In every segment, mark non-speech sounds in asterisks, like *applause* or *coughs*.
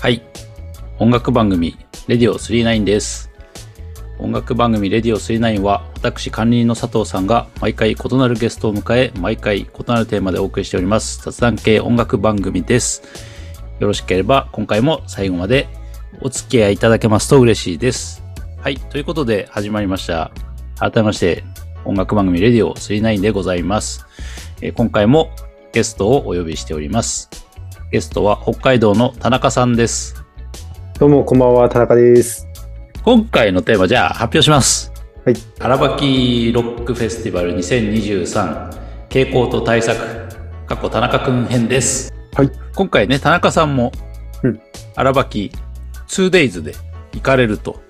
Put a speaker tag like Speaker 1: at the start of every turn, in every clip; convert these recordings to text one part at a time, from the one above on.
Speaker 1: はい。音楽番組、レディオ39です。音楽番組、レディオ39は、私、管理人の佐藤さんが、毎回異なるゲストを迎え、毎回異なるテーマでお送りしております。雑談系音楽番組です。よろしければ、今回も最後までお付き合いいただけますと嬉しいです。はい。ということで、始まりました。改めまして、音楽番組、レディオ39でございます。えー今回もゲストをお呼びしております。ゲストは北海道の田中さんです。
Speaker 2: どうも、こんばんは、田中です。
Speaker 1: 今回のテーマじゃあ発表します。
Speaker 2: はい。
Speaker 1: 荒キロックフェスティバル2023傾向と対策過去田中くん編です。
Speaker 2: はい。
Speaker 1: 今回ね、田中さんも
Speaker 2: うん
Speaker 1: 荒ばき 2days で行かれると。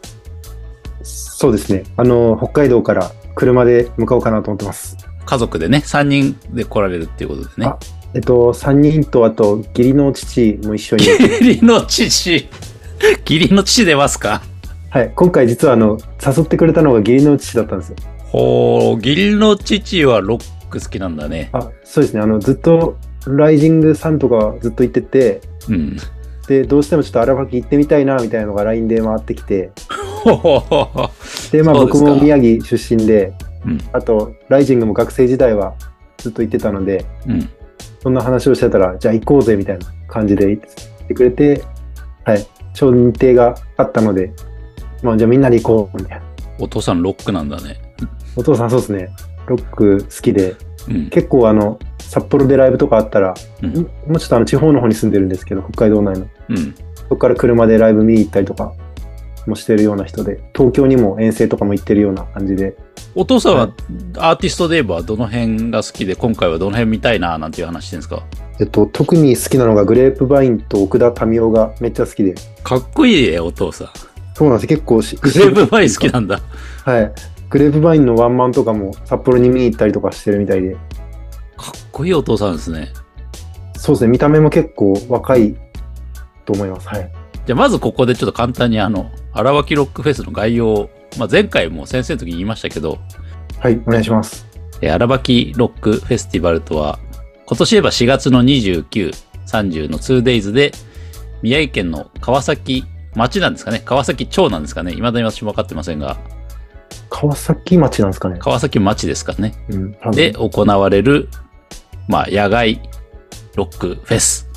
Speaker 2: そうですね。あの、北海道から車で向かおうかなと思ってます。
Speaker 1: 家族でね、3人で来られるっていうことでね
Speaker 2: あ。えっと、3人と、あと、義理の父も一緒
Speaker 1: *laughs*
Speaker 2: に。
Speaker 1: 義理の父。義理の父出ますか
Speaker 2: はい。今回実は、あの、誘ってくれたのが義理の父だったんですよ。
Speaker 1: ほう、義理の父はロック好きなんだね。
Speaker 2: あ、そうですね。あの、ずっと、ライジングさんとかずっと行ってて、
Speaker 1: うん。
Speaker 2: で、どうしてもちょっと荒垣行ってみたいな、みたいなのが LINE で回ってきて、
Speaker 1: ほほほほ。
Speaker 2: で、まあ
Speaker 1: そうで
Speaker 2: 僕
Speaker 1: すか
Speaker 2: も宮城出身で、
Speaker 1: うん。
Speaker 2: あと、ライジングも学生時代はずっと行ってたので、
Speaker 1: *laughs* うん。
Speaker 2: そんな話をしてたら、じゃあ行こうぜみたいな感じで言ってくれて、はい、ちょうど日程があったので、まあ、じゃあみんなで行こうみたいな。
Speaker 1: お父さんロックなんだね。
Speaker 2: お父さん、そうですね、ロック好きで、
Speaker 1: うん。
Speaker 2: 結構あの、札幌でライブとかあったら、
Speaker 1: うん
Speaker 2: んもうちょっとあの地方の方に住んでるんですけど、北海道内の。
Speaker 1: うん。
Speaker 2: そこから車でライブ見に行ったりとかもしてるような人で、東京にも遠征とかも行ってるような感じで、
Speaker 1: お父さんは
Speaker 2: は
Speaker 1: アーティストで言えばどの辺が好きで今回はどの辺見たいななんていう話してるんですか
Speaker 2: えっと、特に好きなのがグレープバインと奥田民生がめっちゃ好きで、
Speaker 1: かっこいいねお父さん
Speaker 2: そうなんです、結構し、
Speaker 1: グレープバイン好きなんだ
Speaker 2: はい。グレープバインのワンマンとかも札幌に見に行ったりとかしてるみたいで、
Speaker 1: かっこいいお父さんですね
Speaker 2: そうですね、見た目も結構若いと思います。はい。
Speaker 1: じゃあまずここでちょっと簡単にあの荒脇ロックフェスの概要を、まあ、前回も先生の時に言いましたけど
Speaker 2: はい、お願いします。
Speaker 1: えー荒脇ロックフェスティバルとは、今年言えば4月の29、30の 2days で、宮城県の川崎町なんですかね、川崎町なんですかね、未だに私も分かってませんが、
Speaker 2: 川崎町なんですかね。
Speaker 1: 川崎町ですかね、
Speaker 2: うん、多分
Speaker 1: で、行われる、まあ、野外ロックフェス。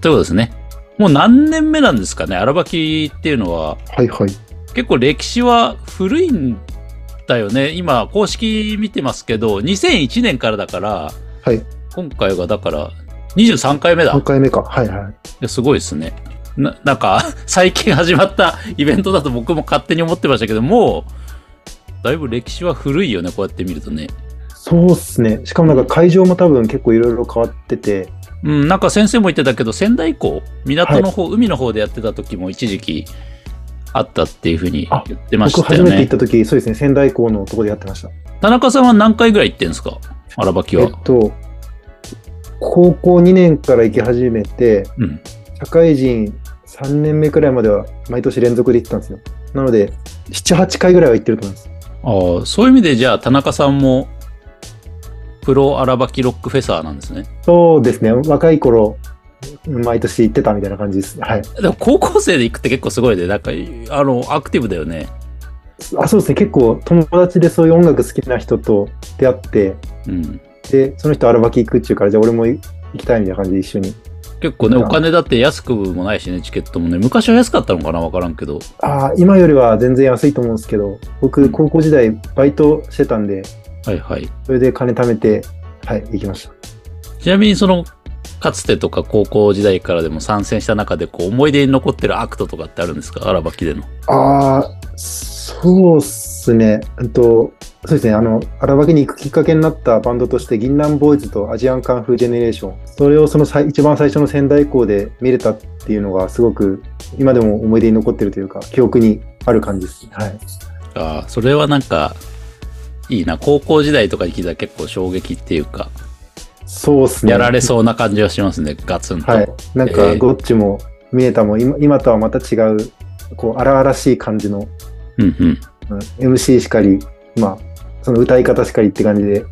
Speaker 1: ということですね。もう何年目なんですかね、荒脇っていうのは、
Speaker 2: はいはい。
Speaker 1: 結構歴史は古いんだよね。今、公式見てますけど、2001年からだから、
Speaker 2: はい。
Speaker 1: 今回がだから、23回目だ
Speaker 2: 3。回目か。はいはい。
Speaker 1: いやすごいですね。な、なんか、 *laughs* 最近始まったイベントだと僕も勝手に思ってましたけど、もう、だいぶ歴史は古いよね、こうやって見るとね。
Speaker 2: そうですね。しかもなんか会場も多分結構いろいろ変わってて、
Speaker 1: うん、なんか先生も言ってたけど、仙台港、港の方、海の方でやってた時も一時期あったっていうふうに言ってまし
Speaker 2: 僕
Speaker 1: た
Speaker 2: 初
Speaker 1: よ
Speaker 2: めて行っ
Speaker 1: ね。
Speaker 2: た時、そうですね、仙台港のとこでやってました。
Speaker 1: 田中さんは何回ぐらい行ってんですか荒ばき
Speaker 2: え
Speaker 1: は
Speaker 2: っ。と、高校2年から行き始めて、
Speaker 1: うん。
Speaker 2: 社会人3年目くらいまでは毎年連続で行ってたんですよ。なので、7、8回ぐらいは行ってると思います。
Speaker 1: ああ、そういう意味でじゃあ田中さんも、プロ荒ばきロックフェサーなんですね。
Speaker 2: そうですね、若い頃、毎年行ってたみたいな感じです。はい。
Speaker 1: でも高校生で行くって結構すごいね。なんか、あの、アクティブだよね。
Speaker 2: あ、そうですね、結構友達でそういう音楽好きな人と出会って、
Speaker 1: うん。
Speaker 2: で、その人アルバキ行くっちゅうから、じゃあ俺も行きたいみたいな感じで一緒に。
Speaker 1: 結構ね、
Speaker 2: うん
Speaker 1: お金だって安くもないしね、チケットもね。昔は安かったのかなわからんけど。
Speaker 2: ああ、今よりは全然安いと思うんですけど、僕、高校時代バイトしてたんで、
Speaker 1: はいはい。
Speaker 2: それで金貯めて、はい、行きました。
Speaker 1: ちなみにその、かつてとか高校時代からでも参戦した中で、こう、思い出に残ってるアクトとかってあるんですか荒ばきでの。
Speaker 2: ああ、そうっすね。うんと、そうですね。あの、荒脇に行くきっかけになったバンドとして、銀杏ボーイズとアジアンカンフージェネレーション。それをその最一番最初の仙台港で見れたっていうのが、すごく今でも思い出に残ってるというか、記憶にある感じです。はい。
Speaker 1: ああ、それはなんか、いいな。高校時代とかに聞いたら結構衝撃っていうか、
Speaker 2: そうっすね。
Speaker 1: やられそうな感じはしますね。ガツンと。
Speaker 2: はい。なん
Speaker 1: え
Speaker 2: か、
Speaker 1: ー
Speaker 2: ゴッチも、ミネタも今、今とはまた違う、こう、荒々しい感じの、
Speaker 1: うんうん。
Speaker 2: うん MC しかり、まあ、その歌い方しかりって感じで、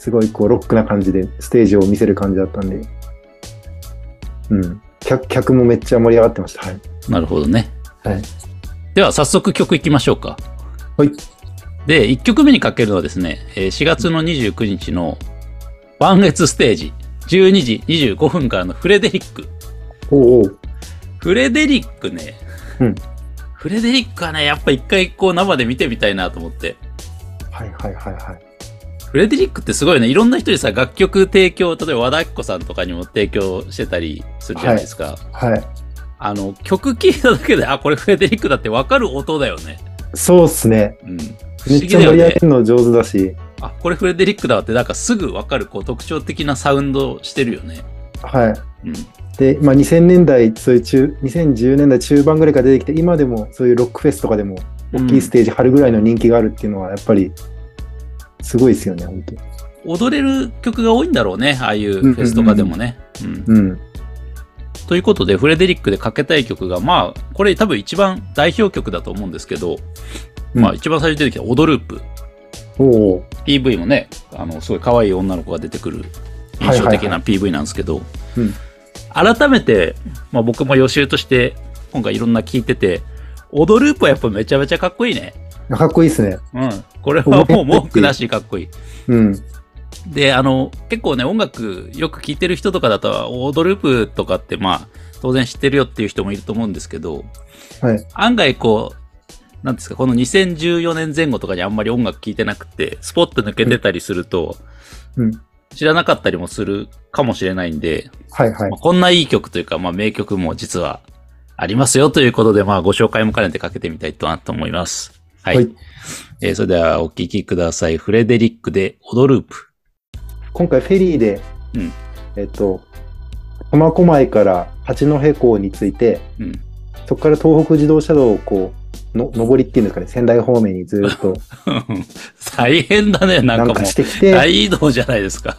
Speaker 2: すごいこうロックな感じでステージを見せる感じだったんで、うん、客客もめっちゃ盛り上がってました。はい。
Speaker 1: なるほどね。
Speaker 2: はい。
Speaker 1: では早速曲いきましょうか。
Speaker 2: はい。
Speaker 1: で、1曲目にかけるのはですね、えー4月の29日の満月ステージ、12時25分からのフレデリック。
Speaker 2: おうおう。
Speaker 1: フレデリックね。
Speaker 2: うん
Speaker 1: フレデリックはね、やっぱ一回こう生で見てみたいなと思って。
Speaker 2: はいはいはいはい。
Speaker 1: フレデリックってすごいね、いろんな人にさ、楽曲提供、例えば和田アキ子さんとかにも提供してたりするじゃないですか。
Speaker 2: はい。
Speaker 1: あの、曲聴いただけで、あ、これフレデリックだってわかる音だよね。
Speaker 2: そうっすね。
Speaker 1: うん。不
Speaker 2: め
Speaker 1: 思
Speaker 2: っ
Speaker 1: 議
Speaker 2: ちゃ
Speaker 1: だ
Speaker 2: 盛
Speaker 1: よ
Speaker 2: り上
Speaker 1: ね
Speaker 2: げ。るの上手だし。
Speaker 1: あ、これフレデリックだわって、なんかすぐわかる、こう特徴的なサウンドしてるよね。
Speaker 2: はい。
Speaker 1: うん。
Speaker 2: で、まあ、2000年代、そういう中、2010年代中盤ぐらいから出てきて、今でもそういうロックフェスとかでも、大きいステージ張るぐらいの人気があるっていうのは、やっぱり、すごいですよね、本当
Speaker 1: 踊れる曲が多いんだろうね、ああいうフェスとかでもね。うん。
Speaker 2: うん。
Speaker 1: ということで、フレデリックでかけたい曲が、まあ、これ多分一番代表曲だと思うんですけど、
Speaker 2: うん
Speaker 1: まあ一番最初に出てきた、オドループ。
Speaker 2: おお。
Speaker 1: PV もね、あの、すごい可愛い女の子が出てくる印象的
Speaker 2: はいはいは
Speaker 1: な PV なんですけど、
Speaker 2: うん
Speaker 1: 改めて、まあ僕も予習として、今回いろんな聞いてて、オドループはやっぱめちゃめちゃかっこいいね。
Speaker 2: かっこいいですね。
Speaker 1: うん。これ
Speaker 2: *laughs*
Speaker 1: はもう文句なしかっこいい。
Speaker 2: うん。
Speaker 1: で、あの、結構ね、音楽よく聴いてる人とかだと、オードループとかって、まあ、当然知ってるよっていう人もいると思うんですけど、
Speaker 2: はい
Speaker 1: 案外こう、なんですか、この2014年前後とかにあんまり音楽聴いてなくて、スポッと抜けてたりすると、
Speaker 2: うん。
Speaker 1: 知らなかったりもするかもしれないんで、
Speaker 2: はいはい
Speaker 1: まあ。こんないい曲というか、まあ、名曲も実はありますよということで、まあ、ご紹介も兼ねてかけてみたいとなと思います。はい。
Speaker 2: はい
Speaker 1: えーそれではお聴きください。フレデリックで、オドループ。
Speaker 2: 今回、フェリーで、
Speaker 1: うん
Speaker 2: えっと、苫小牧から八戸港について、
Speaker 1: うん。 *laughs*
Speaker 2: そこから東北自動車道をこう、の上りっていうんですかね、仙台方面にずっと
Speaker 1: うん大変だね、 *laughs* なん
Speaker 2: 南
Speaker 1: かも
Speaker 2: 下
Speaker 1: う。
Speaker 2: してきて、
Speaker 1: 大移動じゃないですか。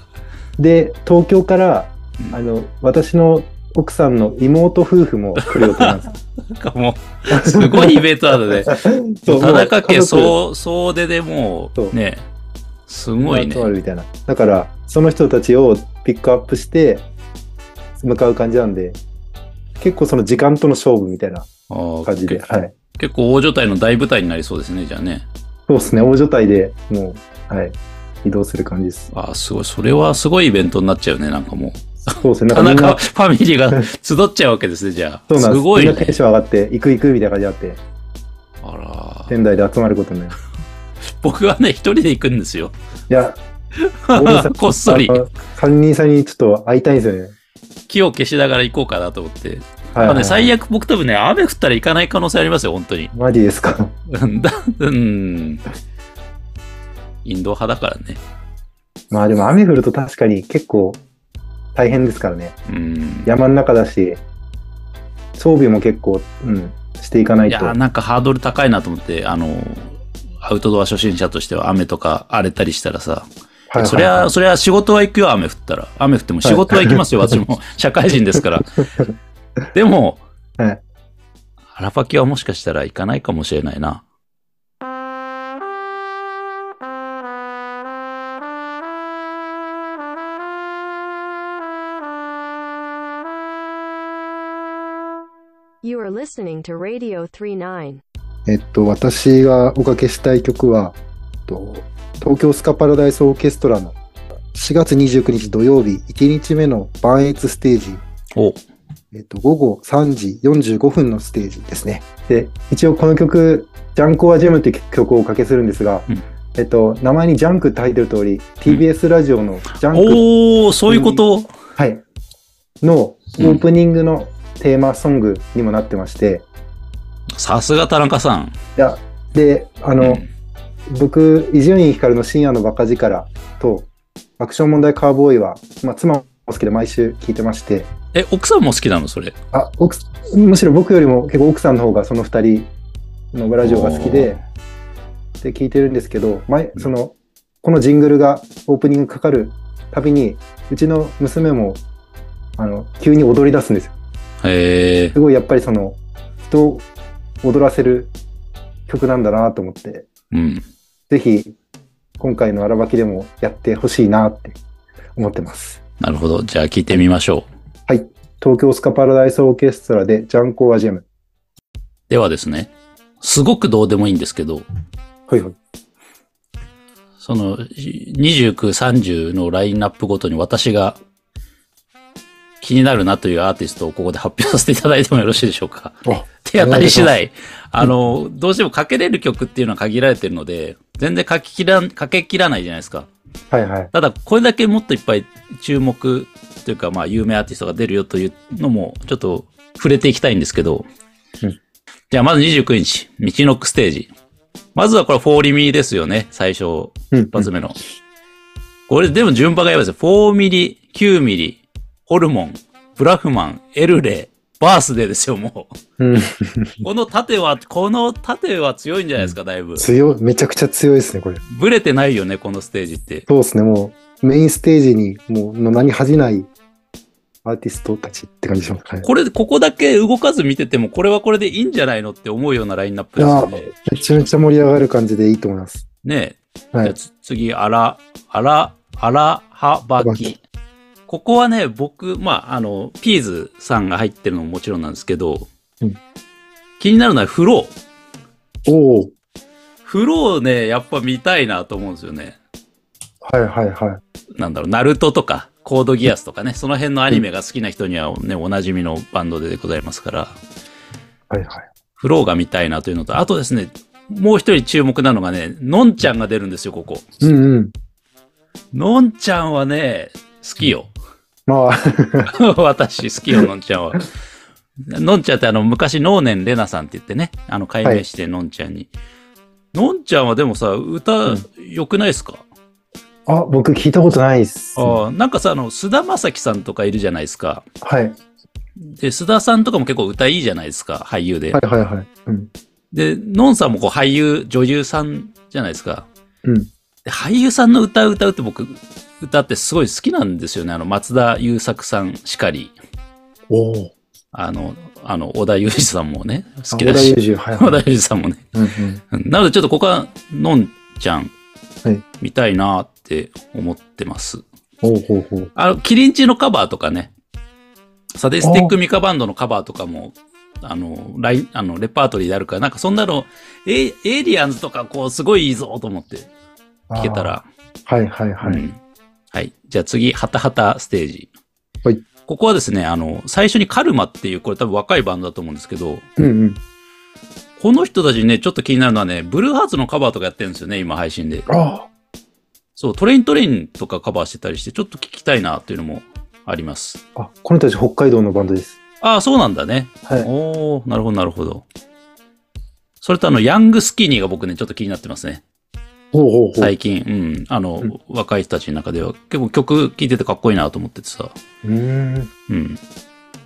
Speaker 2: で、東京から
Speaker 1: う、ん
Speaker 2: あの、私の奥さんの妹夫婦も来る予定なんで
Speaker 1: なんかもう、
Speaker 2: す。
Speaker 1: *laughs* すごいイベントなので、
Speaker 2: *laughs* そう
Speaker 1: 田中家
Speaker 2: もう家族
Speaker 1: 総総出でも、
Speaker 2: そうう
Speaker 1: ね、すごいね
Speaker 2: 集。まるみたいな。だから、その人たちをピックアップして、向かう感じなんで、結構その時間との勝負みたいな
Speaker 1: あー
Speaker 2: 感じで、
Speaker 1: け
Speaker 2: はい。
Speaker 1: 結構大所帯の大舞台になりそうですね、じゃあね。
Speaker 2: そうですね、大所帯でもう、はい、移動する感じです。
Speaker 1: あーすごい。それはすごいイベントになっちゃうね、なんかもう。
Speaker 2: そうですね、
Speaker 1: 田
Speaker 2: なんかみん
Speaker 1: 中
Speaker 2: な、
Speaker 1: ファミリーが *laughs* 集っちゃうわけですね、じゃ
Speaker 2: そ
Speaker 1: あ。
Speaker 2: う
Speaker 1: す
Speaker 2: なんです。
Speaker 1: ごい
Speaker 2: みんなテン
Speaker 1: ね。
Speaker 2: ション上がって、行く行くみたいな感じになって、
Speaker 1: あら。
Speaker 2: 仙台で集まることになる。
Speaker 1: 僕はね、一人で行くんですよ。*laughs*
Speaker 2: いや、俺さ
Speaker 1: こっそり
Speaker 2: あ。の管理人さんにちょっと会いたいんですよね。
Speaker 1: 火を消しながら行こうかなと思って。
Speaker 2: はい、
Speaker 1: ま
Speaker 2: は
Speaker 1: あ
Speaker 2: い
Speaker 1: ね、最悪僕多分ね、雨降ったら行かない可能性ありますよ、本当に。 *laughs*
Speaker 2: マジですか。
Speaker 1: うんだ、
Speaker 2: *laughs*
Speaker 1: うん。インド派だからね。
Speaker 2: まあでも雨降ると確かに結構大変ですからね。
Speaker 1: うん。
Speaker 2: 山の中だし、装備も結構、うん、していかないいと。
Speaker 1: や、なんかハードル高いなと思って、あの、アウトドア初心者としては雨とか荒れたりしたらさ、
Speaker 2: はいはい
Speaker 1: そりゃ、そりゃ仕事は行くよ、雨降ったら。雨降っても仕事は行き
Speaker 2: *laughs*
Speaker 1: ますよ、私も。社会人ですから。でも、
Speaker 2: はい
Speaker 1: 腹パキはもしかしたら行かないかもしれないな。
Speaker 3: You are listening to Radio 39.
Speaker 2: えっと、私がおかけしたい曲は、えっと東京スカパラダイスオーケストラの4月29日土曜日1日目の万越ステージ、
Speaker 1: お、
Speaker 2: えっと、午後3時45分のステージですね。で、一応この曲、ジャンコアジェムって曲をおかけするんですが、
Speaker 1: うん
Speaker 2: えっと、名前にジャンクって入ってる通り、TBS ラジオのジャンク、
Speaker 1: おー、そういうこと、
Speaker 2: はい、のオープニングのテーマソングにもなってまして、
Speaker 1: さすが田中さん。
Speaker 2: いや、で、あの、
Speaker 1: うん
Speaker 2: 僕、伊集院光の深夜のバカ力と、アクション問題カーボーイは、まあ、妻も好きで毎週聞いてまして、
Speaker 1: え、奥さんも好きなのそれ。
Speaker 2: あ、奥、むしろ僕よりも結構奥さんの方がその二人のラジオが好きで、で、聞いてるんですけど、前、その、このジングルがオープニングかかるたびに、うちの娘も、あの、急に踊り出すんですよ。
Speaker 1: へえ
Speaker 2: す。ごいやっぱりその、人を踊らせる曲なんだなと思って、
Speaker 1: うん。
Speaker 2: ぜひ、今回の荒ばきでもやってほしいなって思ってます。
Speaker 1: なるほど。じゃあ聞いてみましょう。
Speaker 2: 東京スカパラダイスオーケストラでジャンコーアジェム。
Speaker 1: ではですね、すごくどうでもいいんですけど、
Speaker 2: はいはい。
Speaker 1: その、29、30のラインナップごとに私が気になるなというアーティストをここで発表させていただいてもよろしいでしょうか。 *laughs*
Speaker 2: あ
Speaker 1: 手当たり次第、あの、どうしてもかけれる曲っていうのは限られてるので、全然かけきらん、かけきらないじゃないですか。
Speaker 2: はいはい。
Speaker 1: ただ、これだけもっといっぱい注目というか、まあ、有名アーティストが出るよというのも、ちょっと触れていきたいんですけど。
Speaker 2: うん
Speaker 1: じゃあ、まず29日、ミチノックステージ。まずはこれ、フォーリミーですよね、最初。
Speaker 2: うん
Speaker 1: 一発目の。これ、でも順番がやばいですよ。4ミリ、9ミリ、ホルモン、ブラフマン、エルレ、バースデーですよ、もう。
Speaker 2: うん。
Speaker 1: この盾は、この盾は強いんじゃないですか、だいぶ。
Speaker 2: 強い、めちゃくちゃ強いですね、これ。
Speaker 1: ブレてないよね、このステージって。
Speaker 2: そうですね、もう、メインステージに、もう、の名に恥じないアーティストたちって感じしますね。
Speaker 1: これ、ここだけ動かず見てても、これはこれでいいんじゃないのって思うようなラインナップですよね。
Speaker 2: めちゃめちゃ盛り上がる感じでいいと思います。
Speaker 1: ねえ。
Speaker 2: は
Speaker 1: じゃあ
Speaker 2: い。
Speaker 1: つ次、アラ、アラ、アラハバ
Speaker 2: ハバ
Speaker 1: キ
Speaker 2: キ。
Speaker 1: ここはね、僕、まあ、あの、ピーズさんが入ってるのももちろんなんですけど、
Speaker 2: うん
Speaker 1: 気になるのはフロー。
Speaker 2: おお
Speaker 1: フローね、やっぱ見たいなと思うんですよね。
Speaker 2: はいはいはい。
Speaker 1: なんだろう、ナルトとか、コードギアスとかね、その辺のアニメが好きな人にはね、おなじみのバンドでございますから、
Speaker 2: はいはい。
Speaker 1: フローが見たいなというのと、あとですね、もう一人注目なのがね、のんちゃんが出るんですよ、ここ。
Speaker 2: うんうん。
Speaker 1: のんちゃんはね、好きよ。
Speaker 2: まあ、
Speaker 1: *laughs* 私、好きよ、のんちゃんは。のんちゃんってあの、昔、能年玲奈さんって言ってね、あの、改名して、のんちゃんに。のんちゃんはでもさ、歌
Speaker 2: ん、
Speaker 1: 良くないですか、
Speaker 2: あ、僕聞いたことないっす。は
Speaker 1: ああ、なんかさ、あの、菅田将暉さんとかいるじゃないですか。
Speaker 2: い。
Speaker 1: で、須田さんとかも結構歌いいじゃないですか、俳優で。
Speaker 2: はいはいはい。うん。
Speaker 1: で、のんさんもこう俳優、女優さんじゃないですか。
Speaker 2: うん。
Speaker 1: で俳優さんの歌を歌うって僕、歌ってすごい好きなんですよね。あの、松田優作さんしかり、
Speaker 2: おお。
Speaker 1: あの、あの、小田裕二さんもね、好き
Speaker 2: あ
Speaker 1: だ
Speaker 2: 小田裕
Speaker 1: し、
Speaker 2: 二、はい
Speaker 1: 小
Speaker 2: は
Speaker 1: 田
Speaker 2: い。
Speaker 1: 裕二さんもね。
Speaker 2: うんうん。
Speaker 1: うんなのでちょっとここは、のんちゃん
Speaker 2: はい、
Speaker 1: 見たいなって思ってます。
Speaker 2: おおほうほう。
Speaker 1: あの、キリンチのカバーとかね、サディスティックミカバンドのカバーとかも、あの、ライン、あの、レパートリーであるから、なんかそんなの、エイエイリアンズとか、こう、すごいいいぞと思って聞けたら。
Speaker 2: あー。はいはいは
Speaker 1: う
Speaker 2: い。
Speaker 1: んはい。じゃあ次、ハタハタステージ。
Speaker 2: はい
Speaker 1: ここはですね、あの、最初にカルマっていう、これ多分若いバンドだと思うんですけど、
Speaker 2: うんうん。
Speaker 1: この人たちね、ちょっと気になるのはね、ブルーハーツのカバーとかやってるんですよね、今配信で。
Speaker 2: あ
Speaker 1: そう、トレイントレインとかカバーしてたりして、ちょっと聞きたいなっていうのもあります。
Speaker 2: あ。あ、この人たち北海道のバンドです。
Speaker 1: ああ、そうなんだね。
Speaker 2: はい。
Speaker 1: おー、なるほど、なるほど。それとあの、ヤングスキニーが僕ね、ちょっと気になってますね。
Speaker 2: ほうほうほう。
Speaker 1: 最近、うん。あの、
Speaker 2: うん
Speaker 1: 若い人たちの中では、結構曲聴いててかっこいいなと思っててさ。
Speaker 2: うーん。
Speaker 1: うん。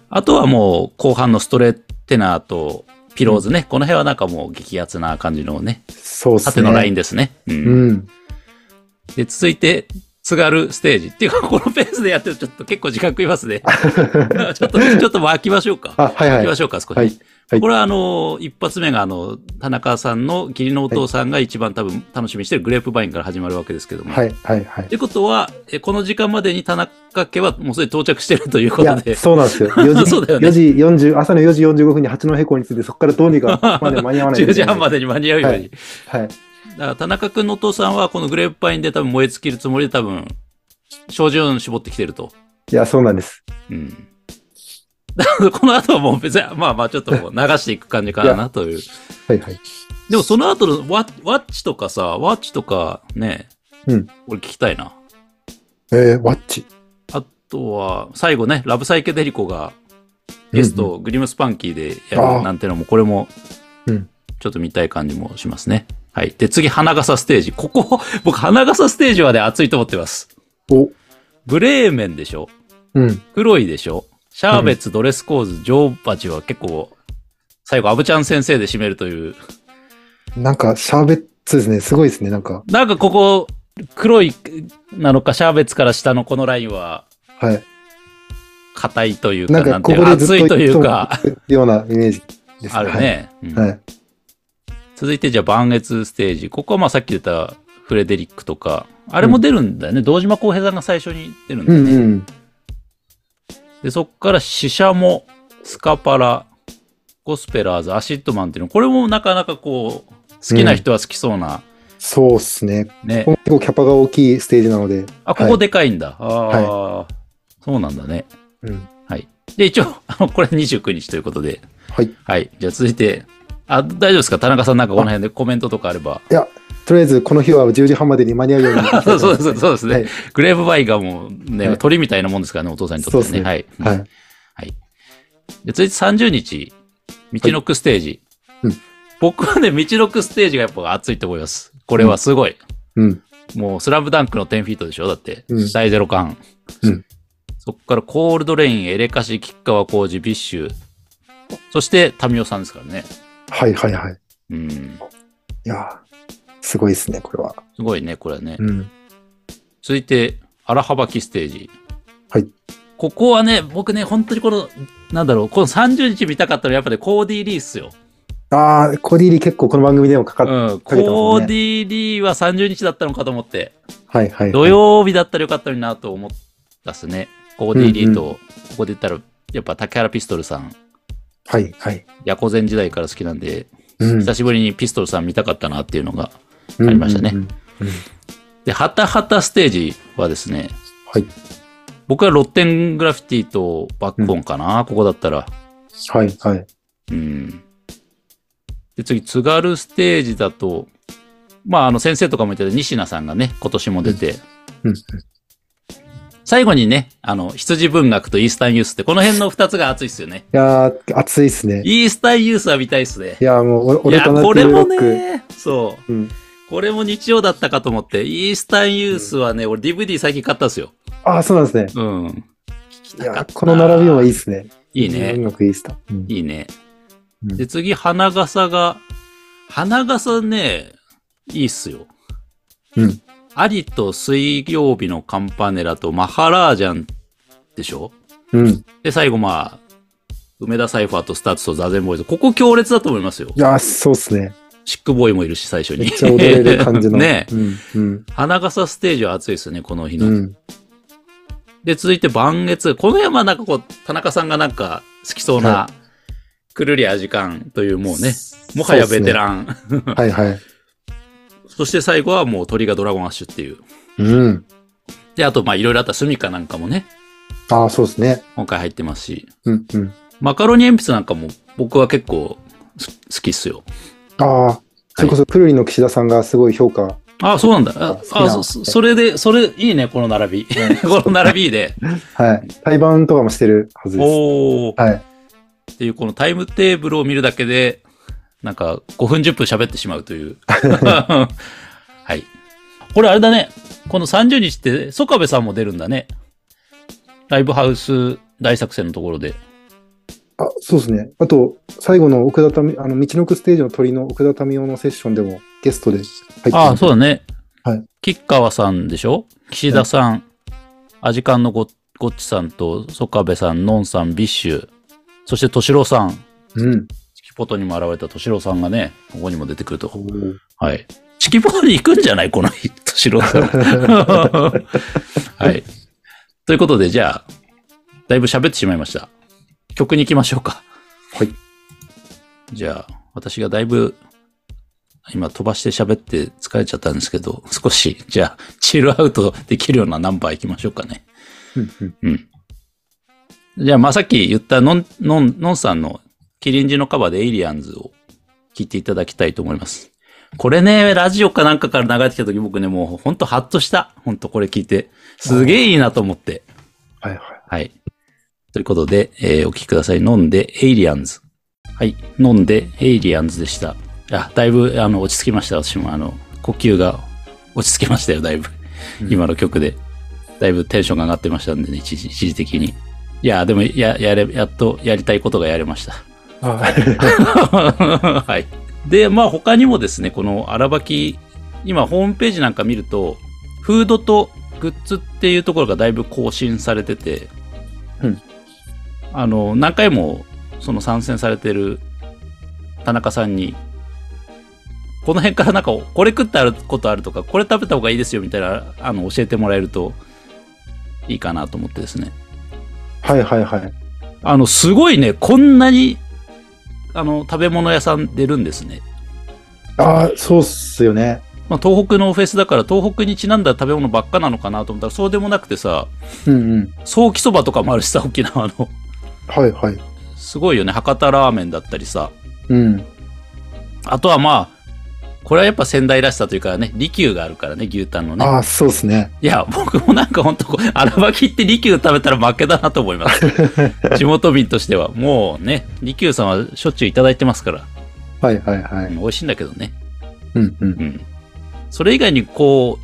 Speaker 1: あとはもう、後半のストレッテナーと、ピローズね。この辺はなんかもう、激アツな感じのね、
Speaker 2: そうっすね。
Speaker 1: 縦のラインですね。う。
Speaker 2: うんん。 *laughs*
Speaker 1: で、続いて、津軽ステージ。っていうか、このペースでやってるとちょっと結構時間食いますね。ちょっと、ちょっと巻きましょうか。
Speaker 2: あ、は
Speaker 1: 行
Speaker 2: い
Speaker 1: き
Speaker 2: は
Speaker 1: ま
Speaker 2: い。
Speaker 1: しょうか、少し。
Speaker 2: はいはい
Speaker 1: これはあの、一発目があの、田中さんの義理のお父さんが一番多分楽しみにしてるグレープバインから始まるわけですけども。。
Speaker 2: はいいはいはい
Speaker 1: っ。てことは、えこの時間までに田中家はもうすでに到着してるというこ
Speaker 2: い
Speaker 1: と
Speaker 2: や
Speaker 1: で、、
Speaker 2: そうなんですよ。4
Speaker 1: *laughs*
Speaker 2: 時、
Speaker 1: そうだよね
Speaker 2: 4時40、朝の4時45分に八戸港に着いて、そこからどうにか
Speaker 1: *laughs*
Speaker 2: まで間に合わない
Speaker 1: 10時半ま
Speaker 2: で。
Speaker 1: でに間に合うように。
Speaker 2: はいは
Speaker 1: だ
Speaker 2: い。
Speaker 1: から田中君のお父さんはこのグレープバインで多分燃え尽きるつもりで多分、照準を絞ってきてると。
Speaker 2: いや、そうなんです。
Speaker 1: うん。 *laughs* だからこの後はもう別に、まあまあちょっともう流していく感じかなという。
Speaker 2: はいはい。
Speaker 1: でもその後のワワッチとかさ、ワッチとかね、
Speaker 2: うん
Speaker 1: 俺聞きたいな。
Speaker 2: えー、ワッチ。
Speaker 1: あとは、最後ね、ラブサイケデリコがゲストをグリムスパンキーでや
Speaker 2: あ
Speaker 1: る
Speaker 2: あ
Speaker 1: なんてのも、これも
Speaker 2: うん、
Speaker 1: ちょっと見たい感じもしますね。はい。で、次、花笠ステージ。ここ、 *laughs* 僕、花笠ステージはね、熱いと思ってます。
Speaker 2: お、
Speaker 1: ブレーメンでしょ
Speaker 2: うん。
Speaker 1: 黒いでしょシャーベッツ、ドレスコーズ、ジョーパチは結構、最後、アブちゃん先生で締めるという。
Speaker 2: なんか、シャーベットですね。すごいですね。なんか、
Speaker 1: なんかここ、黒いなのか、シャーベッツから下のこのラインは、
Speaker 2: はい。
Speaker 1: 硬いというか、
Speaker 2: な
Speaker 1: なん
Speaker 2: か、
Speaker 1: んて
Speaker 2: こ
Speaker 1: いう
Speaker 2: こ
Speaker 1: か、
Speaker 2: でずっと
Speaker 1: 熱いというか、、
Speaker 2: ようなイメージです。
Speaker 1: あるね。うん
Speaker 2: はい。はい。
Speaker 1: 続いてじゃあ晩月ステージ。ここはまあさっき出たフレデリックとか、あれも出るんだよね。堂島康平さんが最初に出るんだ
Speaker 2: う
Speaker 1: よ
Speaker 2: ん
Speaker 1: ね。
Speaker 2: うん。
Speaker 1: で、そっからシシャモ、スカパラ、ゴスペラーズ、アシッドマンっていうの、これもなかなかこう、好きな人は好きそうな、
Speaker 2: そうっすね。
Speaker 1: ね
Speaker 2: こ。の結構キャパが大きいステージなので。
Speaker 1: あ、こ
Speaker 2: は
Speaker 1: こ
Speaker 2: い
Speaker 1: でかいんだ。ああ、そうなんだね。
Speaker 2: うん。
Speaker 1: で、一応、 *laughs* あの、これ29日ということで。
Speaker 2: はい。
Speaker 1: はい。じゃあ続いて、あ、大丈夫ですか田中さんなんかこの辺でコメントとかあれば。。
Speaker 2: いや、とりあえずこの日は10時半までに間に合うように
Speaker 1: *laughs* そうです、そうですね。
Speaker 2: はい
Speaker 1: グレーブバイがもうね、
Speaker 2: はい
Speaker 1: 鳥みたいなもんですからね、お父さんにとっては
Speaker 2: そう
Speaker 1: ね。
Speaker 2: ですね
Speaker 1: はい。
Speaker 2: はい。
Speaker 1: で、続いて30日、道のくステージ。
Speaker 2: はいうん
Speaker 1: 僕はね、道のくステージがやっぱ熱いと思います。これはすごい。
Speaker 2: うん。
Speaker 1: もう、スラムダンクの10フィートでしょだって、
Speaker 2: うん
Speaker 1: 大ゼロ感。
Speaker 2: うん
Speaker 1: そこから、コールドレイン、エレカシ、吉川浩二、ビッシュ。そして、民生さんですからね。
Speaker 2: はいはいはい。
Speaker 1: うん。
Speaker 2: いやー、すごいですね、これは。
Speaker 1: すごいね、これはね。
Speaker 2: うん。
Speaker 1: 続いて、荒幅きステージ。
Speaker 2: はい。
Speaker 1: ここはね、僕ね、本当にこの、なんだろう、この30日見たかったのはやっぱりコーディー・リーっすよ。
Speaker 2: ああ、コディリー結構この番組でもかか
Speaker 1: う
Speaker 2: っ、
Speaker 1: ん。
Speaker 2: かけてますね
Speaker 1: コーディー・リーは30日だったのかと思って、
Speaker 2: はいはい。
Speaker 1: 土曜日だったらよかったのになと思ったっすね。コーディー・リーと、ここで言ったら、やっぱ竹原ピストルさん、
Speaker 2: はいはい。
Speaker 1: ヤコゼン時代から好きなんで、
Speaker 2: うん
Speaker 1: 久しぶりにピストルさん見たかったなっていうのが。ありましたね
Speaker 2: うんうんうん
Speaker 1: で、ハタハタステージはですね、
Speaker 2: はい。
Speaker 1: 僕はロッテングラフィティとバックボンかな、ここだったら。
Speaker 2: はいはい。
Speaker 1: うん。で、次、津軽ステージだと、まあ、あの、先生とかもいてて、西名さんがね、今年も出て、
Speaker 2: うんうん
Speaker 1: 最後にね、あの、羊文学とイースタンユースって、この辺の2つが熱いっすよ
Speaker 2: *laughs*
Speaker 1: ね。
Speaker 2: いやー、熱いですね。い
Speaker 1: イースタンユースは見たいっすね。
Speaker 2: やー、もう俺、
Speaker 1: い
Speaker 2: 俺
Speaker 1: や、
Speaker 2: とな
Speaker 1: こ
Speaker 2: って
Speaker 1: れ
Speaker 2: るロ
Speaker 1: も
Speaker 2: ック。
Speaker 1: ね、そう。
Speaker 2: うん。
Speaker 1: これも日曜だったかと思って、イースタンユースはね、俺 DVD 最近買ったんですよ。
Speaker 2: ああ、そうなんですね。
Speaker 1: うん。聞き
Speaker 2: い
Speaker 1: たか
Speaker 2: や
Speaker 1: っ
Speaker 2: ー、
Speaker 1: た。
Speaker 2: この並びもいいですね。
Speaker 1: いいね
Speaker 2: 音。楽いいっすか。うん
Speaker 1: いいね。
Speaker 2: うん
Speaker 1: で、次、花笠が、花笠ね、いいっすよ。
Speaker 2: うん。
Speaker 1: アリと水曜日のカンパネラとマハラージャンでしょ
Speaker 2: うん。い
Speaker 1: で、最後、まあ、梅田サイファーとスターツとザゼンボーイズ。ここ強烈だと思いますよ。
Speaker 2: やー、そうっすね。
Speaker 1: シックボーイもいるし、最初
Speaker 2: め
Speaker 1: に。
Speaker 2: っちゃ踊れる感じの。
Speaker 1: *laughs* ねえ。
Speaker 2: うん。うん。
Speaker 1: 花笠ステージは熱いですね、この日の。
Speaker 2: うん。
Speaker 1: で、続いて、晩月。この辺はなんかこう、田中さんがなんか好きそうな
Speaker 2: は、
Speaker 1: くるりアジカンというもうね、もはやベテ
Speaker 2: ン。
Speaker 1: ラン。
Speaker 2: はいはい。
Speaker 1: そして最後はもう鳥がドラゴンアッシュっていう。
Speaker 2: うん。
Speaker 1: で、あとまあいろいろあったスミカなんかもね、
Speaker 2: ああ、そうですね。
Speaker 1: 今回入ってますし、
Speaker 2: うんうん。
Speaker 1: マカロニ鉛筆なんかも僕は結構す好きっすよ。
Speaker 2: ああ、それこそプルリの岸田さんがすごい評価。
Speaker 1: あそうなんだ。あ
Speaker 2: 好きな
Speaker 1: あそ、そそれで、それいいね、この並び。 *laughs* この並びいいね。
Speaker 2: はい。対バンとかもしてるはずです。
Speaker 1: おー
Speaker 2: はい。
Speaker 1: っていうこのタイムテーブルを見るだけで、なんか5分10分喋ってしまうと
Speaker 2: *laughs*
Speaker 1: いう。はい。これあれだね。この30日って、ソカベさんも出るんだね。ライブハウス大作戦のところで。
Speaker 2: あ、そうですね。あと、最後の奥田民、あの、道のくステージの鳥の奥田民生のセッションでもゲストで入って
Speaker 1: ああ、そう
Speaker 2: う。
Speaker 1: だね。
Speaker 2: はい。
Speaker 1: 吉川さんでしょ岸田さん、アジカンのごごっちさんと、ソカベさん、ノンさん、ビッシュ、そして敏郎さん、
Speaker 2: うん。
Speaker 1: チキポトにも現れた敏郎さんがね、ここにも出てくると。はい。チキポトに行くんじゃないこの日、敏郎さん。はい。ということで、じゃあ、だいぶ喋ってしまいました。曲に行きましょうか。
Speaker 2: はい。
Speaker 1: じゃあ、私がだいぶ、今飛ばして喋って疲れちゃったんですけど、少し、じゃあ、チルアウトできるようなナンバー行きましょうかね。
Speaker 2: うんうん
Speaker 1: じゃあ、まあ、さっき言ったのん、のん、のんさんのキリンジのカバーでエイリアンズを聴いていただきたいと思います。これね、ラジオかなんかから流れてきた時僕ね、もうほんとハッとした。ほんとこれ聞いて。すげえいいなと思って。
Speaker 2: はいはい。
Speaker 1: はい。ということで、えーお聴きください。飲んで、エイリアンズ。はい。飲んで、エイリアンズでした。あ、だいぶ、あの、落ち着きました。私も、あの、呼吸が落ち着きましたよ、だいぶ。
Speaker 2: うん
Speaker 1: 今の曲で。だいぶテンションが上がってましたんでね、一時一時的に。いや、でも、や、やれ、やっとやりたいことがやれました。 *laughs* はい。で、まあ他にもですね、この荒ばき、今ホームページなんか見ると、フードとグッズっていうところがだいぶ更新されてて、
Speaker 2: うん
Speaker 1: あの、何回もその参戦されてる田中さんに、この辺からなんか、これ食ったことあるとか、これ食べた方がいいですよみたいな、あの、教えてもらえるといいかなと思ってですね。
Speaker 2: はいはいはい。
Speaker 1: あの、すごいね、こんなに、あの、食べ物屋さん出るんですね。
Speaker 2: ああ、そうっすよね。
Speaker 1: まあ、東北のフェスだから、東北にちなんだ食べ物ばっかなのかなと思ったら、そうでもなくてさ、
Speaker 2: うんうん。
Speaker 1: ソーキそばとかもあるしさ、 *laughs* 沖縄の。
Speaker 2: はいはい。
Speaker 1: すごいよね、博多ラーメンだったりさ。
Speaker 2: うん。
Speaker 1: あとはまあ、これはやっぱ仙台らしさというかね、利休があるからね、牛タンのね。
Speaker 2: ああ、そうっすね。
Speaker 1: いや、僕もなんかほんとこう、荒ばきって利休食べたら負けだなと思います。
Speaker 2: *laughs*
Speaker 1: 地元民としては。もうね、利休さんはしょっちゅういただいてますから、
Speaker 2: はいはいは
Speaker 1: うん
Speaker 2: い。
Speaker 1: 美味しいんだけどね。
Speaker 2: うんうん
Speaker 1: う。ん。それ以外にこ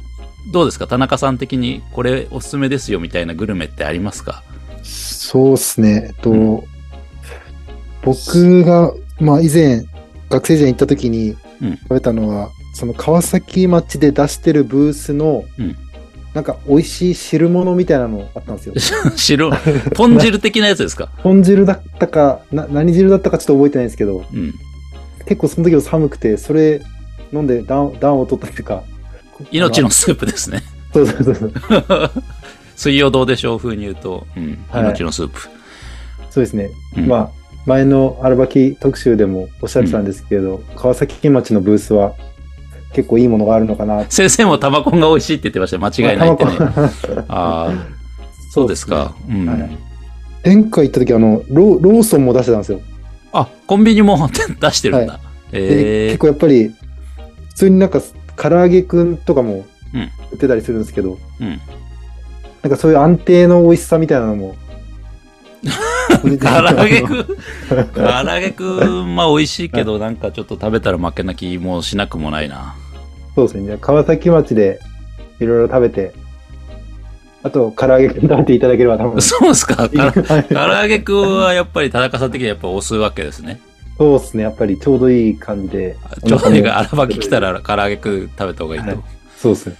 Speaker 1: う、どうですか田中さん的にこれおすすめですよみたいなグルメってありますか
Speaker 2: そうっすね。えっと、
Speaker 1: う
Speaker 2: 僕が、まあ以前、学生時代に行った時に
Speaker 1: うん
Speaker 2: 食べたのは、その川崎町で出してるブースの、
Speaker 1: うん
Speaker 2: なんか美味しい汁物みたいなのあったんですよ。
Speaker 1: *laughs* 白、豚汁的なやつですか
Speaker 2: 豚汁だったか、な何汁だったかちょっと覚えてないんですけど、
Speaker 1: うん。
Speaker 2: 結構その時は寒くて、それ飲んで暖暖を取ったっていうか。
Speaker 1: 命の
Speaker 2: あ。
Speaker 1: スープですね。
Speaker 2: そうそうそうそう。
Speaker 1: *laughs* 水曜どうでしょう風に言うと、うん、
Speaker 2: はい
Speaker 1: 命のスープ。
Speaker 2: そうですね。
Speaker 1: うん
Speaker 2: まあ、前のアルバキ特集でもおっしゃってたんですけど、川崎町のブースは結構いいものがあるのかな。
Speaker 1: 先生もタバコンが美味しいって言ってましたよ。間違いないってね。
Speaker 2: まあタバ
Speaker 1: あ
Speaker 2: コ
Speaker 1: あ、 *laughs* そうですか。うん。
Speaker 2: はい前回行った時、あの、ローローソンも出してたんですよ。
Speaker 1: あ、コンビニも *laughs* 出してるんだ。
Speaker 2: で、
Speaker 1: え
Speaker 2: 結
Speaker 1: ー
Speaker 2: 構やっぱり、普通になんか、唐揚げくんとかも
Speaker 1: うん
Speaker 2: 売ってたりするんですけど、
Speaker 1: うん。
Speaker 2: なんかそういう安定の美味しさみたいなのも。
Speaker 1: *laughs*
Speaker 2: *laughs*
Speaker 1: 唐揚げく *laughs* ん、唐揚げくん、まあ美味しいけど、なんかちょっと食べたら負けな気もしなくもないな。
Speaker 2: そうですね。川崎町でいろいろ食べて、あと、唐揚げくん食べていただければ多
Speaker 1: *laughs*
Speaker 2: 分。
Speaker 1: そうですか。から
Speaker 2: はい
Speaker 1: 唐揚げくんはやっぱり田中さん的にはやっぱ押すわけですね。
Speaker 2: *laughs* そうですね。やっぱりちょうどいい感じで。
Speaker 1: ちょうどいい
Speaker 2: お腹
Speaker 1: が荒
Speaker 2: も
Speaker 1: ばき来たら唐揚げくん食べた方がいいと。
Speaker 2: はい
Speaker 1: い、
Speaker 2: そうですね。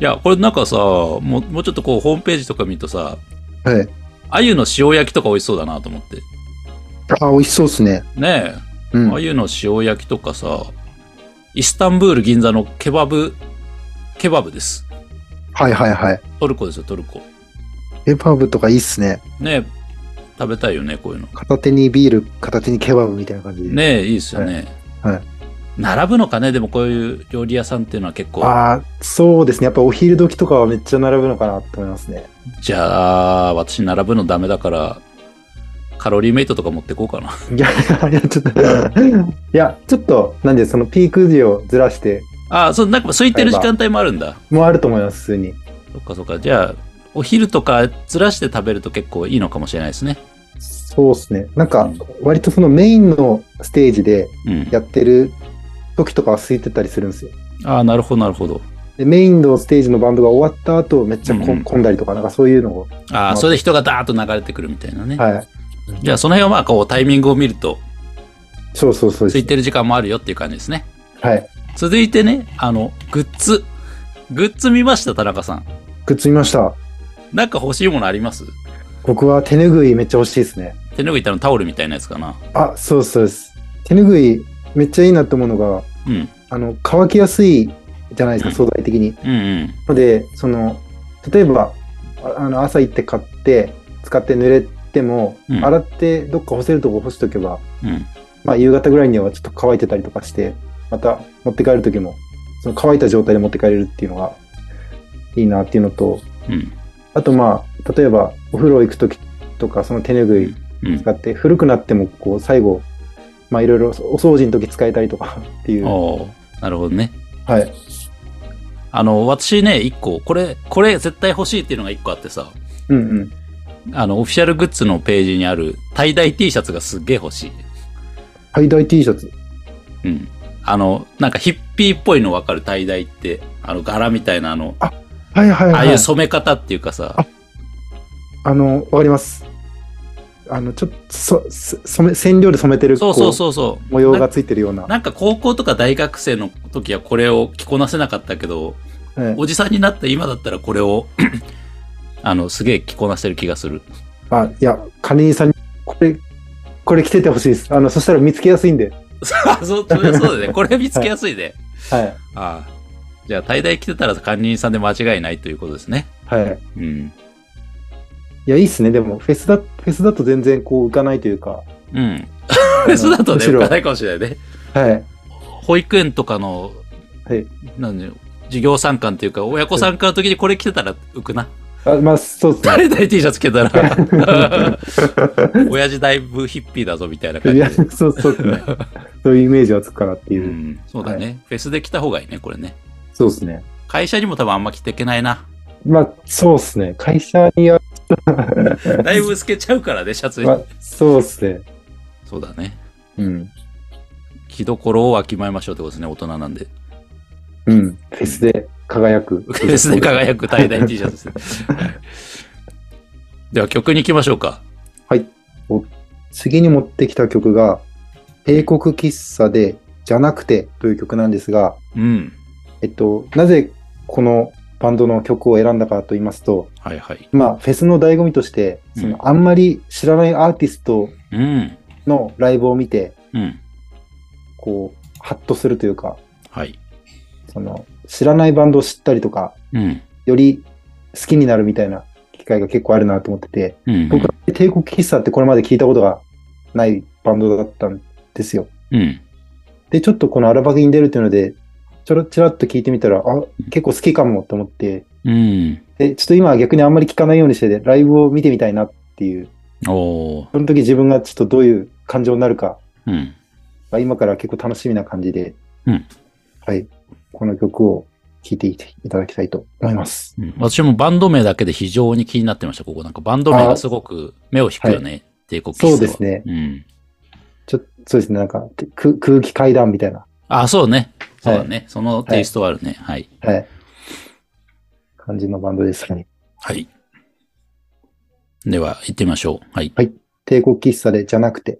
Speaker 1: や、これなんかさ、もうもうちょっとこうホームページとか見るとさ、
Speaker 2: はい。
Speaker 1: 鮎の塩焼きとか美味しそうだなと思って。
Speaker 2: あ、美味しそうですね。
Speaker 1: ねえ。
Speaker 2: うん。
Speaker 1: あゆの塩焼きとかさ、イスタンブール銀座のケバブ、ケバブです。
Speaker 2: はいはいはい。
Speaker 1: トルコですよ、トルコ。
Speaker 2: ケバブとかいいっすね。
Speaker 1: ね食べたいよね、こういうの。
Speaker 2: 片手にビール、片手にケバブみたいな感じで。。
Speaker 1: ねいいですよね。
Speaker 2: はいはい
Speaker 1: 並ぶのかね、でもこういう料理屋さんっていうのは結構。
Speaker 2: ああ、そうですね。やっぱお昼時とかはめっちゃ並ぶのかなと思いますね。
Speaker 1: じゃあ、私並ぶのダメだから、カロリーメイトとか持ってこうかな。
Speaker 2: いや、いや、ちょっと、いや、ちょっと、なんで、そのピーク時をずらして、
Speaker 1: あ、そう、なんか空いてる時間帯もあるんだ。
Speaker 2: もうあると思います、普通に。
Speaker 1: そっかそっか。じゃあ、お昼とかずらして食べると結構いいのかもしれないですね。
Speaker 2: そうですね。なんか、割とそのメインのステージで
Speaker 1: うん。
Speaker 2: やってる時とかは空いてたりするんですよ。
Speaker 1: ああ、なるほど、なるほど。
Speaker 2: で、メインのステージのバンドが終わった後、めっちゃこ
Speaker 1: うんうん
Speaker 2: 混んだりとか、なんかそういうのを、
Speaker 1: ああ、それで人がダーッと流れてくるみたいなね。
Speaker 2: はい。
Speaker 1: じゃあその辺はまあこうタイミングを見ると
Speaker 2: そうそうそう
Speaker 1: 空
Speaker 2: で
Speaker 1: い
Speaker 2: す。
Speaker 1: てる時間もあるよっていう感じですね。
Speaker 2: はい。
Speaker 1: 続いてね、あの、グッズ。グッズ見ました、田中さん。
Speaker 2: くっつみました。
Speaker 1: なんか欲しいものあります
Speaker 2: 僕は手ぬぐいめっちゃ欲しいですね。
Speaker 1: 手拭いたのタオルみたいなやつかな。
Speaker 2: あ、そうそうです。手ぬぐいめっちゃいいなと思うのが、
Speaker 1: うん。
Speaker 2: あの、乾きやすいじゃないですか、素材的に。
Speaker 1: うんうん。
Speaker 2: ので、その、例えば、ああの、朝行って買って、使って濡れても、
Speaker 1: うん
Speaker 2: 洗ってどっか干せるとこ干しとけば、
Speaker 1: うん。
Speaker 2: まあ、夕方ぐらいにはちょっと乾いてたりとかして、また持って帰る時も、その乾いた状態で持って帰れるっていうのがいいなっていうのと、
Speaker 1: うん。
Speaker 2: あとまあ、例えばお風呂行く時とか、その手ぬぐい
Speaker 1: うん。
Speaker 2: 使って、古くなってもこう、最後、まあ、いろいろお掃除の時使えたりとかっていう、は
Speaker 1: おーなるほどね。
Speaker 2: い。
Speaker 1: あの、私ね、一個、これ、これ絶対欲しいっていうのが一個あってさ、
Speaker 2: うんうん。
Speaker 1: あの、オフィシャルグッズのページにある、大々 T シャツがすっげえ欲しい。
Speaker 2: ハイダイ T シャツ。
Speaker 1: うん。あの、なんかヒッピーっぽいのわかる、大々って。あの、柄みたいな、あの、
Speaker 2: はいはいはい。
Speaker 1: ああいう染め方っていうかさ、
Speaker 2: ああの、わかります。あの、ちょっと、そ、そ染め、染料で染めてる、
Speaker 1: そうそう
Speaker 2: う。
Speaker 1: そうそう。
Speaker 2: 模様がついてるような。
Speaker 1: ななんか高校とか大学生の時はこれを着こなせなかったけど、
Speaker 2: ええ
Speaker 1: おじさんになった今だったらこれを、 *coughs* あの、すげえ着こなしてる気がす
Speaker 2: *laughs*
Speaker 1: る。
Speaker 2: あ、いや、管理人さんに、これ、これ着ててほしいです。あの、そしたら見つけやすいんで。
Speaker 1: あそう、それそうだね。これ見つけやすいね。
Speaker 2: はい。
Speaker 1: ああじゃあ、大大着てたら管理人さんで間違いないということですね。
Speaker 2: はい。
Speaker 1: うん。
Speaker 2: いや、いいっすね。でも、フェスだ、フェスだと全然こう浮かないというか。
Speaker 1: うん。
Speaker 2: *laughs*
Speaker 1: フェスだとね、
Speaker 2: あ
Speaker 1: 浮か
Speaker 2: のむしろ
Speaker 1: ないかもしれないね。
Speaker 2: はい。
Speaker 1: 保育園とかの、
Speaker 2: はい
Speaker 1: なんだよ授業参観というか、親子参観の時にこれ着てたら浮くな。
Speaker 2: あまあ、そうです *laughs* ね。
Speaker 1: 誰だい T シャツ着てた
Speaker 2: *laughs*
Speaker 1: ら。親父だいぶヒッピーだぞみたいな感
Speaker 2: い
Speaker 1: じ
Speaker 2: や、
Speaker 1: で。
Speaker 2: そうそうですね。そういうイメージはつくからっ
Speaker 1: う
Speaker 2: ていう。
Speaker 1: ん、そうだね、フェスで着た方がいいね、これね。
Speaker 2: そうですね。
Speaker 1: 会社にも多分あんま着ていけないな。
Speaker 2: まあ、そうですね。会社には、
Speaker 1: だいぶ透けちゃうからね、シャツに
Speaker 2: ま。あ、そうですね。
Speaker 1: そうだね。
Speaker 2: うん。
Speaker 1: 着どころをわきまえましょうってことですね、大人なんで。
Speaker 2: うん。フェスで輝く。
Speaker 1: フェスで *laughs* 輝く大々 T シャツですね。では曲に行きましょうか。
Speaker 2: 次に持ってきた曲が、帝国喫茶で、じゃなくてという曲なんですが、
Speaker 1: うん。
Speaker 2: えっと、なぜこのバンドの曲を選んだかと言いますと、
Speaker 1: はいはい。
Speaker 2: まあ、フェスの醍醐味として、
Speaker 1: うん
Speaker 2: そのあんまり知らないアーティスト
Speaker 1: うん。
Speaker 2: のライブを見て、
Speaker 1: うん。
Speaker 2: こう、ハッとするというか、
Speaker 1: はい。
Speaker 2: その、知らないバンドを知ったりとか、
Speaker 1: うん。
Speaker 2: より好きになるみたいな機会が結構あるなと思ってて、
Speaker 1: うん。
Speaker 2: 僕は帝国喫茶ってこれまで聞いたことがないバンドだったんですよ。
Speaker 1: うん。
Speaker 2: で、ちょっとこのアラバギに出るっていうので、ちょろちらっと聞いてみたら、あ、結構好きかもと思って、
Speaker 1: うん。
Speaker 2: で、ちょっと今は逆にあんまり聞かないようにしてて、ライブを見てみたいなっていう、
Speaker 1: おー。
Speaker 2: その時自分がちょっとどういう感情になるか
Speaker 1: うん。
Speaker 2: が今から結構楽しみな感じで、
Speaker 1: うん
Speaker 2: はい、この曲を聴いていただきたいと思います。
Speaker 1: うん私もバンド名だけで非常に気になってました、ここ。なんかバンド名がすごく目を引くよね。帝国喫茶は
Speaker 2: そうです。ね。
Speaker 1: うん。
Speaker 2: ちょそうですね。なんか、く空気階段みたいな。
Speaker 1: あ、そうね。そうだね。そのテイストはあるね。はい。
Speaker 2: はい。感じのバンドですね。
Speaker 1: はい。では、行ってみましょう。はい。
Speaker 2: 帝国喫茶でじゃなくて。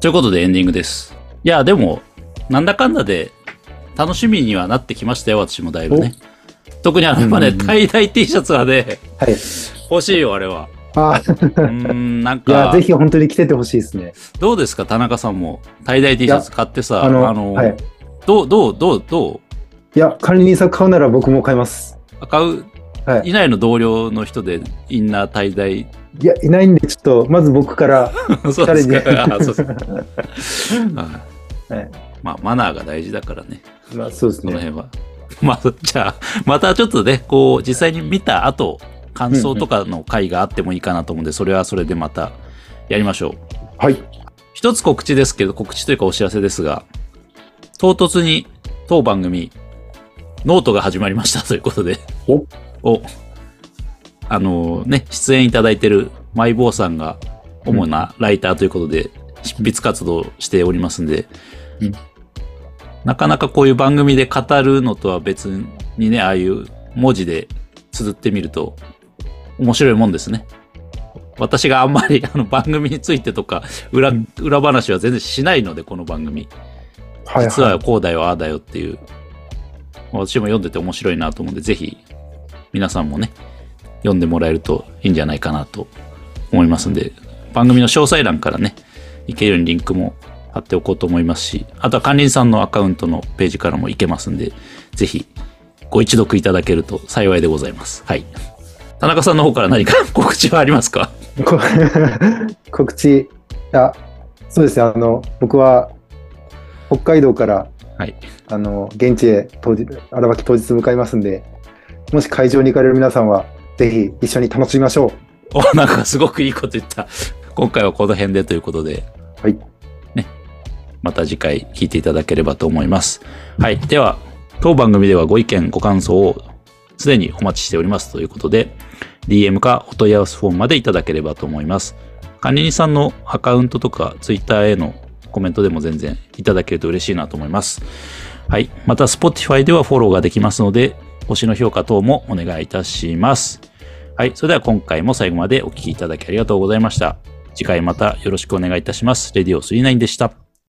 Speaker 1: ということでエンディングです。いや、でも、なんだかんだで、楽しみにはなってきましたよ、私もだいぶね。特にあの、今ね、
Speaker 2: うんうん
Speaker 1: 大々 T シャツはね、
Speaker 2: はい。
Speaker 1: 欲しいよ、あれは。
Speaker 2: あ
Speaker 1: う
Speaker 2: あ、
Speaker 1: ーん、なん
Speaker 2: いや、
Speaker 1: か
Speaker 2: ぜ、ひ本当に来ててほしいですね。
Speaker 1: どうですか、田中さんも。大々 T シャツ買ってさ、あ
Speaker 2: あの、
Speaker 1: の、
Speaker 2: はい。
Speaker 1: どう、どう、どう、ど
Speaker 2: いや、管理人さん買うなら僕も買います。
Speaker 1: う、買う
Speaker 2: はい。
Speaker 1: 以内の同僚の人で、インナー大々、
Speaker 2: いや、いないんで、ちょっと、まず僕から、
Speaker 1: そうですか。あそうですか。
Speaker 2: *laughs*
Speaker 1: あ
Speaker 2: はい
Speaker 1: まあ、マナーが大事だからね。
Speaker 2: まあ、そうです
Speaker 1: この
Speaker 2: ね。
Speaker 1: 辺は。 *laughs* まあ、じゃあ、またちょっとね、こう、実際に見た後、感想とかの回があってもいいかなと思うんで、それはそれでまたやりましょう。
Speaker 2: はい。
Speaker 1: 一つ告知ですけど、告知というかお知らせですが、唐突に当番組、ノートが始まりましたということで、
Speaker 2: お
Speaker 1: おあのね、出演いただいてるマイボーさんが主なライターということで、執筆活動をしておりますんで、
Speaker 2: うん
Speaker 1: なかなかこういう番組で語るのとは別にね、ああいう文字で綴ってみると面白いもんですね。私があんまりあの番組についてとか裏裏話は全然しないので、この番組。
Speaker 2: はい、
Speaker 1: 実
Speaker 2: は
Speaker 1: はこうだよ、ああだよっていう。私も読んでて面白いなと思うんで、ぜひ皆さんもね、読んでもらえるといいんじゃないかなと思いますんで、番組の詳細欄からね、いけるようにリンクも貼っておこうと思いますし、あとは管理人さんのアカウントのページからもいけますんで、ぜひご一読いただけると幸いでございます。はい。田中さんの方から何か *laughs* 告知はありますか
Speaker 2: い。こ *laughs* 告知、あ、そうですね、あの、僕は、北海道から、
Speaker 1: はい。
Speaker 2: あの、現地へ当日、荒脇当日向かいますんで、もし会場に行かれる皆さんは、ぜひ一緒に楽しみましょう。
Speaker 1: お、 *laughs* なんかすごくいいこと言った。今回はこの辺でということで。
Speaker 2: はい。
Speaker 1: ね。また次回聞いていただければと思います。はい。では、当番組ではご意見、ご感想をすでにお待ちしておりますということで、DM かお問い合わせフォームまでいただければと思います。管理人さんのアカウントとか Twitter へのコメントでも全然いただけると嬉しいなと思います。はい。また Spotify ではフォローができますので、星の評価等もお願いいたします。はい。それでは今回も最後までお聞きいただきありがとうございました。次回またよろしくお願いいたします。レディオ39でした。